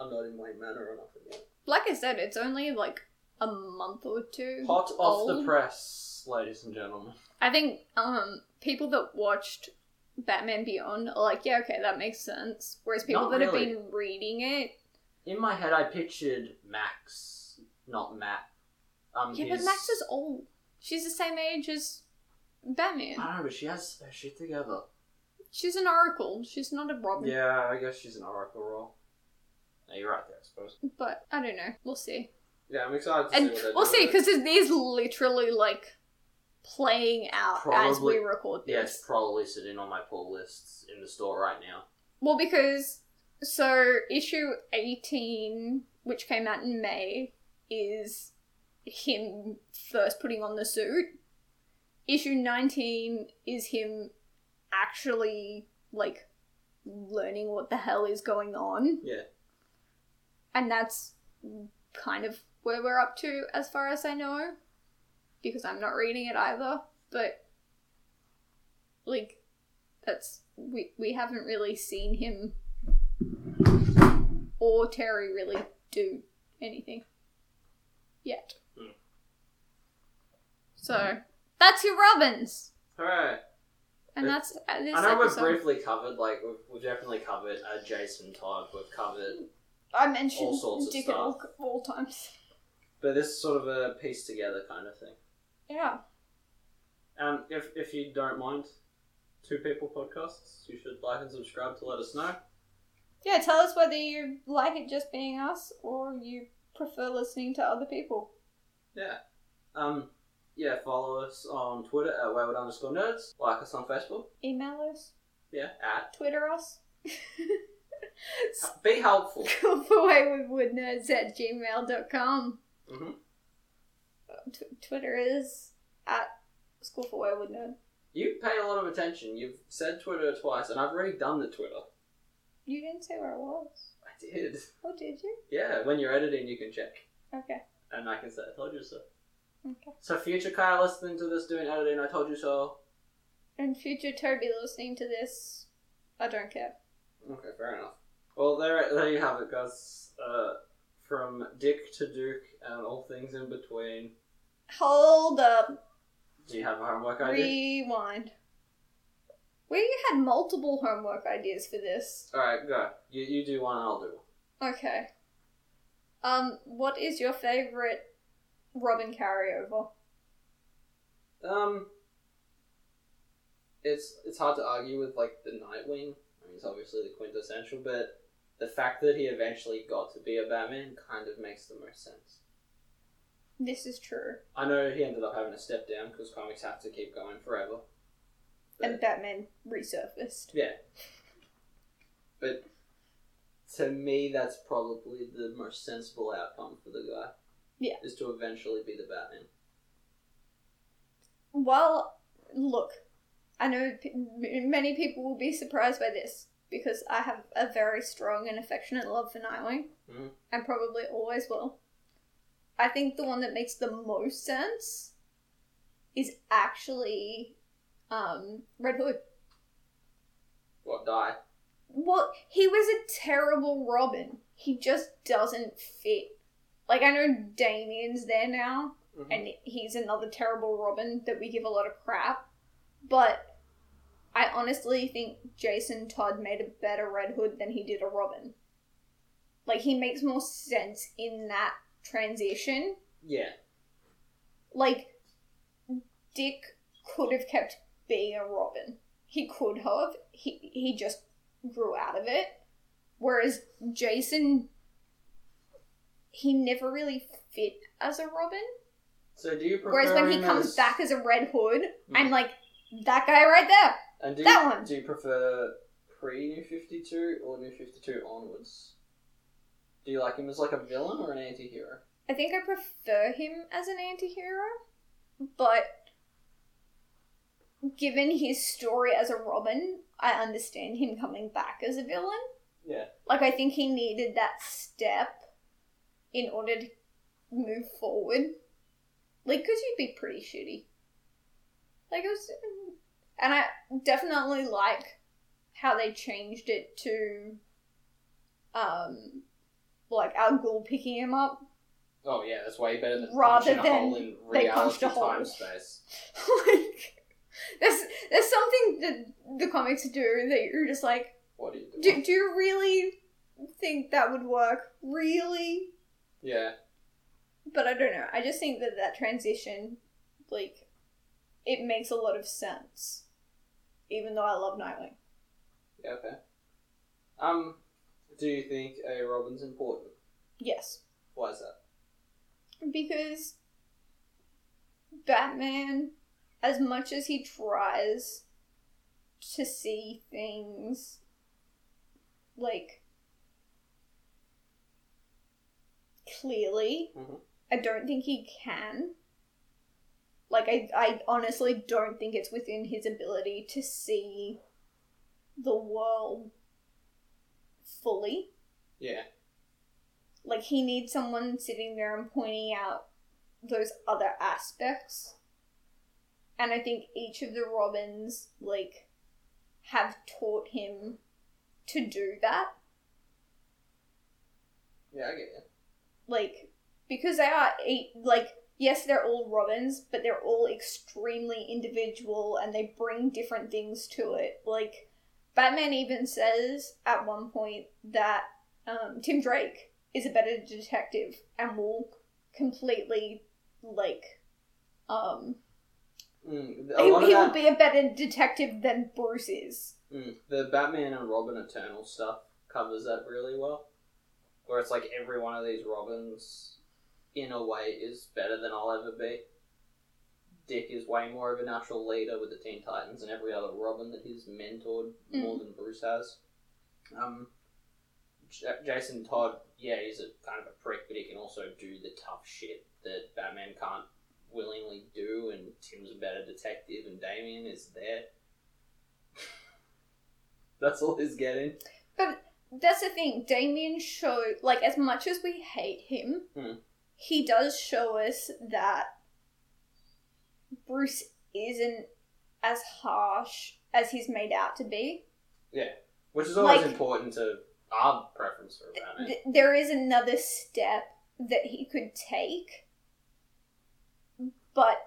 I'm not in Wayne Manor or nothing yet. Like I said, it's only like a month or two. Hot off the old. press, ladies and gentlemen. I think um people that watched Batman Beyond are like, yeah, okay, that makes sense. Whereas people Not that really. have been reading it, In my head, I pictured Max, not Matt. Um, yeah, his- but Max is old. She's the same age as Batman. I don't know, but she has her shit together. She's an oracle. She's not a Robin. Yeah, I guess she's an oracle role. No, you're right there, I suppose. But I don't know. We'll see. Yeah, I'm excited to And see what they we'll do see, with it. because it is literally like playing out as we Probably- record this. Yeah, it's probably sitting on my pull lists in the store right now. Well, because so issue eighteen, which came out in May, is him first putting on the suit. Issue nineteen is him actually like learning what the hell is going on, Yeah. and that's kind of where we're up to as far as I know, because I'm not reading it either. But like, that's we we haven't really seen him or Terry really do anything yet. Hmm. So that's your Robins, Alright. and Uh, that's uh, this I know we've episode. briefly covered, like, we've, we've definitely covered uh, Jason Todd, we've covered. I mentioned all sorts of Dick at all, all times. *laughs* But this is sort of a piece together kind of thing. Yeah, Um, if, if you don't mind, Two People Podcasts, you should like and subscribe to let us know. yeah. Tell us whether you like it just being us or you prefer listening to other people. Yeah. Um, yeah, follow us on Twitter at wayward underscore nerds. Like us on Facebook. Email us, Yeah, at. Twitter us. *laughs* Be helpful. Awaywoodwoodnerds at gmail.com. Mhm. T- Twitter is at School for Wayward Nerd. You pay a lot of attention. You've said Twitter twice, and I've already done the Twitter. You didn't say where it was. I did. Oh, did you? Yeah, when you're editing, you can check. Okay. And I can say, I told you so. Okay. So, future Kyle listening to this doing editing, I told you so. And future Toby listening to this, I don't care. Okay, fair enough. Well, there, there you have it, guys. Uh, from Dick to Duke and all things in between. Hold up. Do you have a homework idea? Rewind. We had multiple homework ideas for this. Alright, go. You, you do one, and I'll do one. Okay. Um, what is your favorite Robin carryover? Um, it's it's hard to argue with like the Nightwing. I mean, it's obviously the quintessential, but the fact that he eventually got to be a Batman kind of makes the most sense. This is true. I know he ended up having to step down because comics have to keep going forever. But, and Batman resurfaced. yeah, but to me, that's probably the most sensible outcome for the guy. Yeah. is to eventually be the Batman. Well, look, I know p- m- many people will be surprised by this because I have a very strong and affectionate love for Nightwing, Mhm. and probably always will. I think the one that makes the most sense is actually um, Red Hood. What die? Well, he was a terrible Robin. He just doesn't fit. Like I know Damien's there now, Mhm. and he's another terrible Robin that we give a lot of crap. But I honestly think Jason Todd made a better Red Hood than he did a Robin. Like he makes more sense in that transition. yeah, Like Dick could have kept being a Robin. He could have. He he just grew out of it. Whereas Jason he never really fit as a Robin. So do you prefer? Whereas when he him comes as- back as a Red Hood, Hmm. I'm like, that guy right there. And do That you, one. do you prefer pre New Fifty Two or New Fifty Two onwards? Do you like him as like a villain or an anti-hero? I think I prefer him as an anti-hero, but given his story as a Robin, I understand him coming back as a villain. Yeah. Like I think he needed that step in order to move forward. Like, cause you'd be pretty shitty. Like it was, and I definitely like how they changed it to, um, like Al Ghul picking him up. *laughs* Oh yeah, that's way better than Rather punching than a hole in they reality punched a hole. time space. like there's there's something that the comics do that you're just like What do you do? do, do you really think that would work really yeah, but i don't know i just think that that transition like it makes a lot of sense even though i love nightwing yeah, okay. Um, do you think a Robin's important? yes Why is that? because Batman, as much as he tries to see things like clearly, Mhm. I don't think he can. Like, I, I honestly don't think it's within his ability to see the world fully Yeah, like he needs someone sitting there and pointing out those other aspects and i think each of the robins like have taught him to do that yeah, I get you. like because they are eight like yes they're all robins but they're all extremely individual and they bring different things to it like batman even says at one point that um, tim drake is a better detective and will completely like um Mm, he, a lot of he that- will be a better detective than bruce is Mm, the Batman and Robin Eternal stuff covers that really well. Where it's like every one of these Robins, in a way, is better than I'll ever be. Dick is way more of a natural leader with the Teen Titans and every other Robin that he's mentored Mm. more than Bruce has. Um, J- Jason Todd, yeah, he's a kind of a prick, but he can also do the tough shit that Batman can't willingly do. And Tim's a better detective, and Damien is there. That's all he's getting. that's the thing damien showed like as much as we hate him Hmm. he does show us that bruce isn't as harsh as he's made out to be Which is always Like- important to our preference for Batman. Th- there is another step that he could take but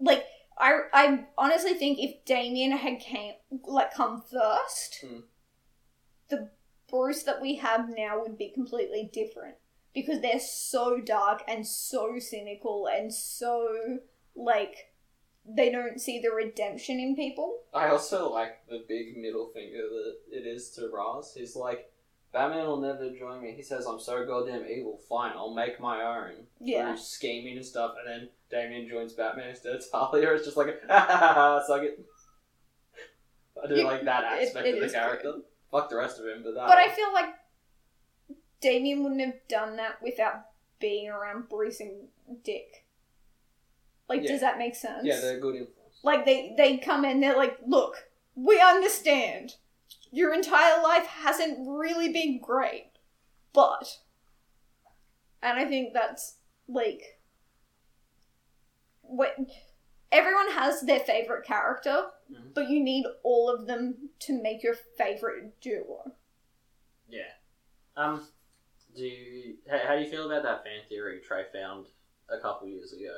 like i i honestly think if damien had came like come first Hmm. the bruce that we have now would be completely different because they're so dark and so cynical and so like they don't see the redemption in people I also like the big middle finger that it is to Roz. He's like, Batman will never join me. He says, I'm so goddamn evil. Fine, I'll make my own. Yeah. Through scheming and stuff. And then Damien joins Batman instead of Talia. It's just like, *laughs* ha ha ha, ha, suck it. I do You- like that it- aspect it of the is character. Fuck the rest of him, but that. But I feel like Damien wouldn't have done that without being around Bruce and Dick. Like, Yeah. does that make sense? Yeah, they're good influence. like they they come in, they're like, look, we understand. Your entire life hasn't really been great, but, and I think that's like what everyone has their favorite character, Mhm. but you need all of them to make your favorite duo. Yeah. Um, do you, how, how do you feel about that fan theory Trey found a couple years ago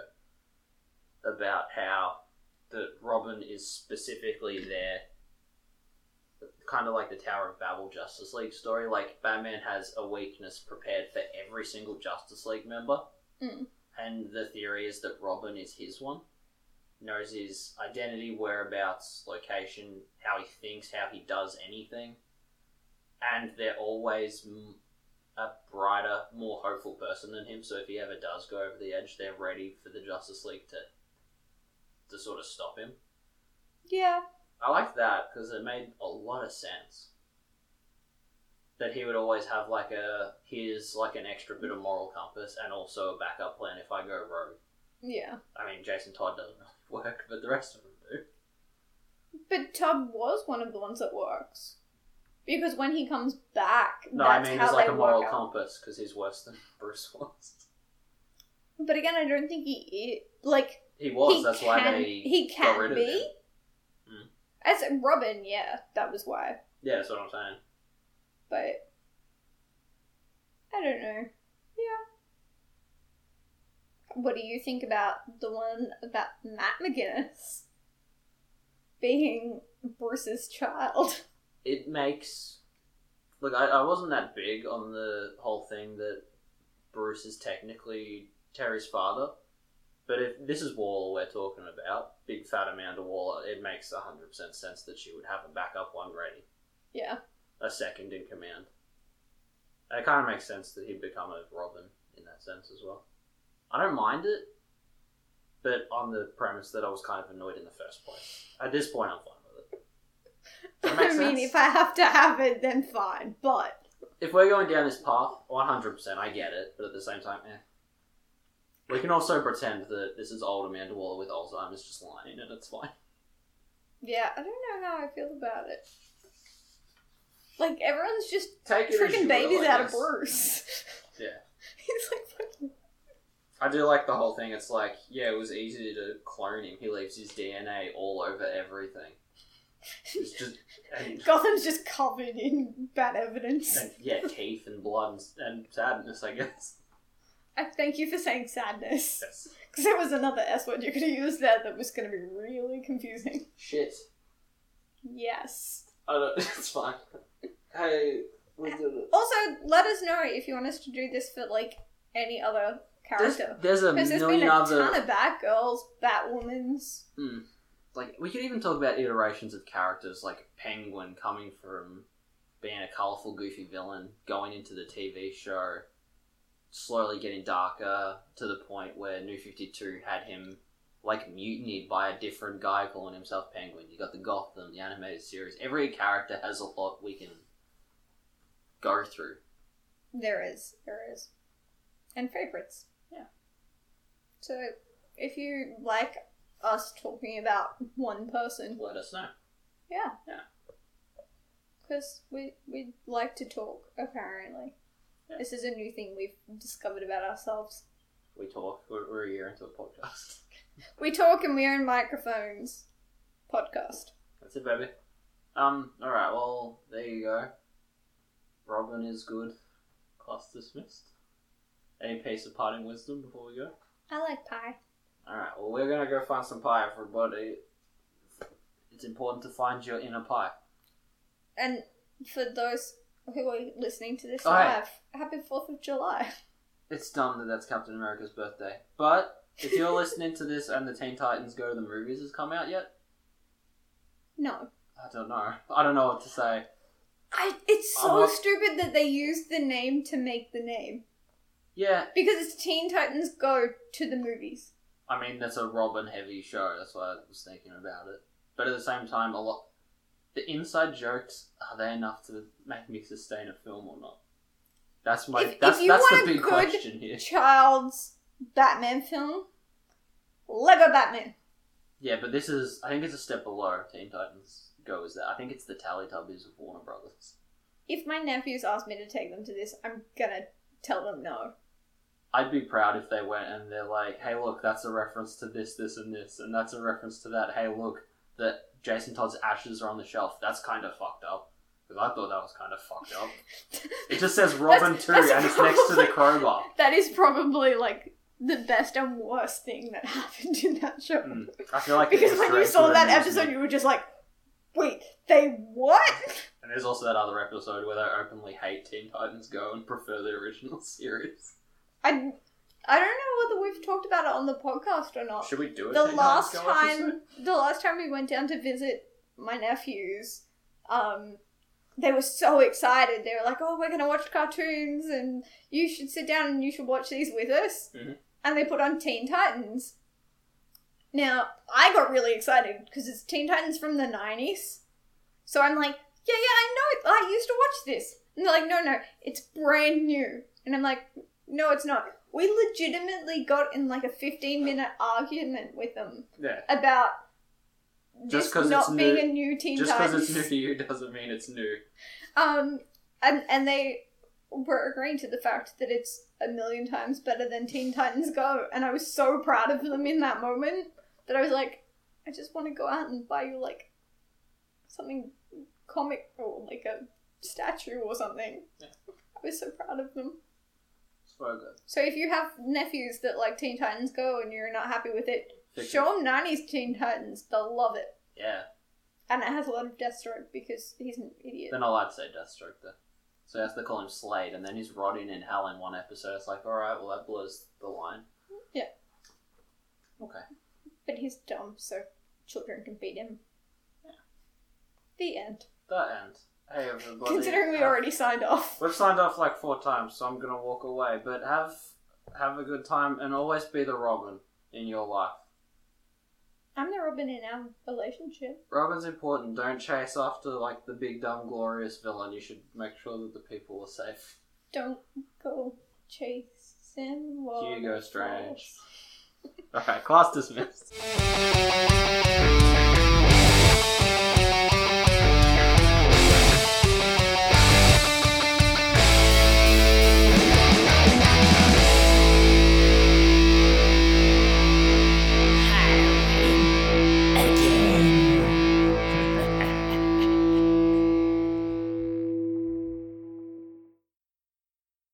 about how that Robin is specifically there, kind of like the Tower of Babel Justice League story. Like Batman has a weakness prepared for every single Justice League member, Mm. and the theory is that Robin is his one. Knows his identity, whereabouts, location, how he thinks, how he does anything and they're always m- a brighter, more hopeful person than him. So if he ever does go over the edge, they're ready for the Justice League to to sort of stop him. Yeah. I liked that because it made a lot of sense. That he would always have like a here's like an extra bit of moral compass and also a backup plan if I go rogue. Yeah. I mean, Jason Todd doesn't really *laughs* work, but the rest of them do. But Tub was one of the ones that works. Because when he comes back, No, that's I mean, how there's like they a moral work out. compass because he's worse than *laughs* Bruce was. But again, I don't think he i- like He was. he that's can why they he got can rid of him. be. Hmm. As Robin, yeah, that was why. Yeah, that's what I'm saying. But I don't know. Yeah. What do you think about the one about Matt McGinnis being Bruce's child? *laughs* It makes look. I, I wasn't that big on the whole thing that Bruce is technically Terry's father, but if this is Waller we're talking about, big fat Amanda Waller, it makes hundred percent sense that she would have a backup one ready, Yeah. a second in command. And it kind of makes sense that he'd become a Robin in that sense as well. I don't mind it, but on the premise that I was kind of annoyed in the first place. At this point, I'm fine with it. Does that I make mean, sense? if I have to have it, then fine. But if we're going down this path, 100%, I get it, but at the same time, eh. We can also pretend that this is old Amanda Waller with Alzheimer's just lying, and it's fine. yeah, I don't know how I feel about it. Like everyone's just Take it as you freaking will, babies I out of guess. Bruce. Yeah. *laughs* He's like fucking I do like the whole thing. It's like, yeah, it was easy to clone him. He leaves his DNA all over everything. It's just, and, Gotham's just covered in bad evidence. and, yeah, teeth and blood and, and sadness, I guess. I thank you for saying sadness. Yes. Because there was another S word you could have used there that was going to be really confusing. Shit. Yes. I don't, *laughs* it's fine. Hey, we did it. Also, let us know if you want us to do this for like any other There's, character. there's a Because there's million been a other. ton of Batgirls, Batwoman's. like we could even talk about iterations of characters like penguin coming from being a colorful goofy villain going into the tv show slowly getting darker to the point where new 52 had him like mutinied by a different guy calling himself penguin you got the gotham the animated series every character has a lot we can go through There is. There is. And favorites. Yeah. So if you like us talking about one person, let us know yeah. Yeah. Because we, we like to talk, apparently. Yeah. This is a new thing we've discovered about ourselves. we talk we're, we're a year into a podcast We talk and we own microphones. Podcast. That's it, baby. Um, alright, well, there you go. Robin is good. Class dismissed. Any piece of parting wisdom before we go? I like pie. Alright, well, we're gonna go find some pie, everybody. It's important to find your inner pie. And for those who are listening to this Oh, hey. live, happy 4th of July. *laughs* It's dumb that that's Captain America's birthday. But, if you're listening to this and the Teen Titans Go to the Movies has come out yet, No. I don't know. I don't know what to say. I, it's so Uh-huh. stupid that they used the name to make the name. Yeah, Because it's Teen Titans Go to the movies. I mean, that's a Robin heavy show. That's why I was thinking about it. But at the same time, a lot. The inside jokes are they enough to make me sustain a film or not? That's my. If- if that's you that's the want a big good question here. Child's Batman film. Lego Batman. Yeah, but this is. I think it's a step below Teen Titans Go. Is that? I think it's the Teletubbies of Warner Brothers. If my nephews ask me to take them to this, I'm gonna tell them no. I'd be proud if they went and they're like, "Hey, look, that's a reference to this, this, and this, and that's a reference to that." Hey, look, that Jason Todd's ashes are on the shelf. That's kind of fucked up. Because I thought that was kind of fucked up. It *laughs* just says Robin That's- too, that's and it's next to the probably- crowbar. that is probably like the best and worst thing that *laughs* happened in that show. Mm. I feel like it Because when you illustrates saw the that amusement. episode, you were just like, wait, they what? *laughs* and there's also that other episode where they openly hate Teen Titans Go and prefer the original *laughs* series. I, I don't know whether we've talked about it on the podcast or not. Should we do it? the last time the last time we went down to visit my nephews um they were so excited they were like oh we're gonna watch cartoons and you should sit down and you should watch these with us Mhm. and they put on teen titans Now, I got really excited because it's Teen Titans from the 90s. So I'm like, yeah, yeah, I know. I used to watch this. And they're like, no, no, it's brand new. And I'm like, no, it's not. We legitimately got in like a 15 minute argument with them Yeah. about Just this 'cause not it's being new- a new Teen Just Titans. because it's new to you doesn't mean it's new. Um, and and they were agreeing to the fact that it's a million times better than Teen Titans Go, and I was so proud of them in that moment that I was like, I just want to go out and buy you like something comic or like a statue or something. Yeah. I was so proud of them. It's very good. So if you have nephews that like Teen Titans Go and you're not happy with it, Fix it. show them '90s Teen Titans. They'll love it. Yeah. And it has a lot of Deathstroke because he's an idiot. They're not allowed to say Deathstroke though. So that's they call him Slade, and then he's rotting in hell in one episode. It's like, alright, well that blows the line. Yeah. Okay. But he's dumb, so children can beat him. The end. That ends. Hey everybody. Considering we have- already signed off. We've signed off like four times, so I'm gonna walk away. But have have a good time and always be the Robin in your life. I'm the Robin in our relationship. Robin's important. Don't chase after like the big dumb glorious villain. You should make sure that the people are safe. *laughs* Don't go chasing waterfalls. Strange. Alright, class dismissed.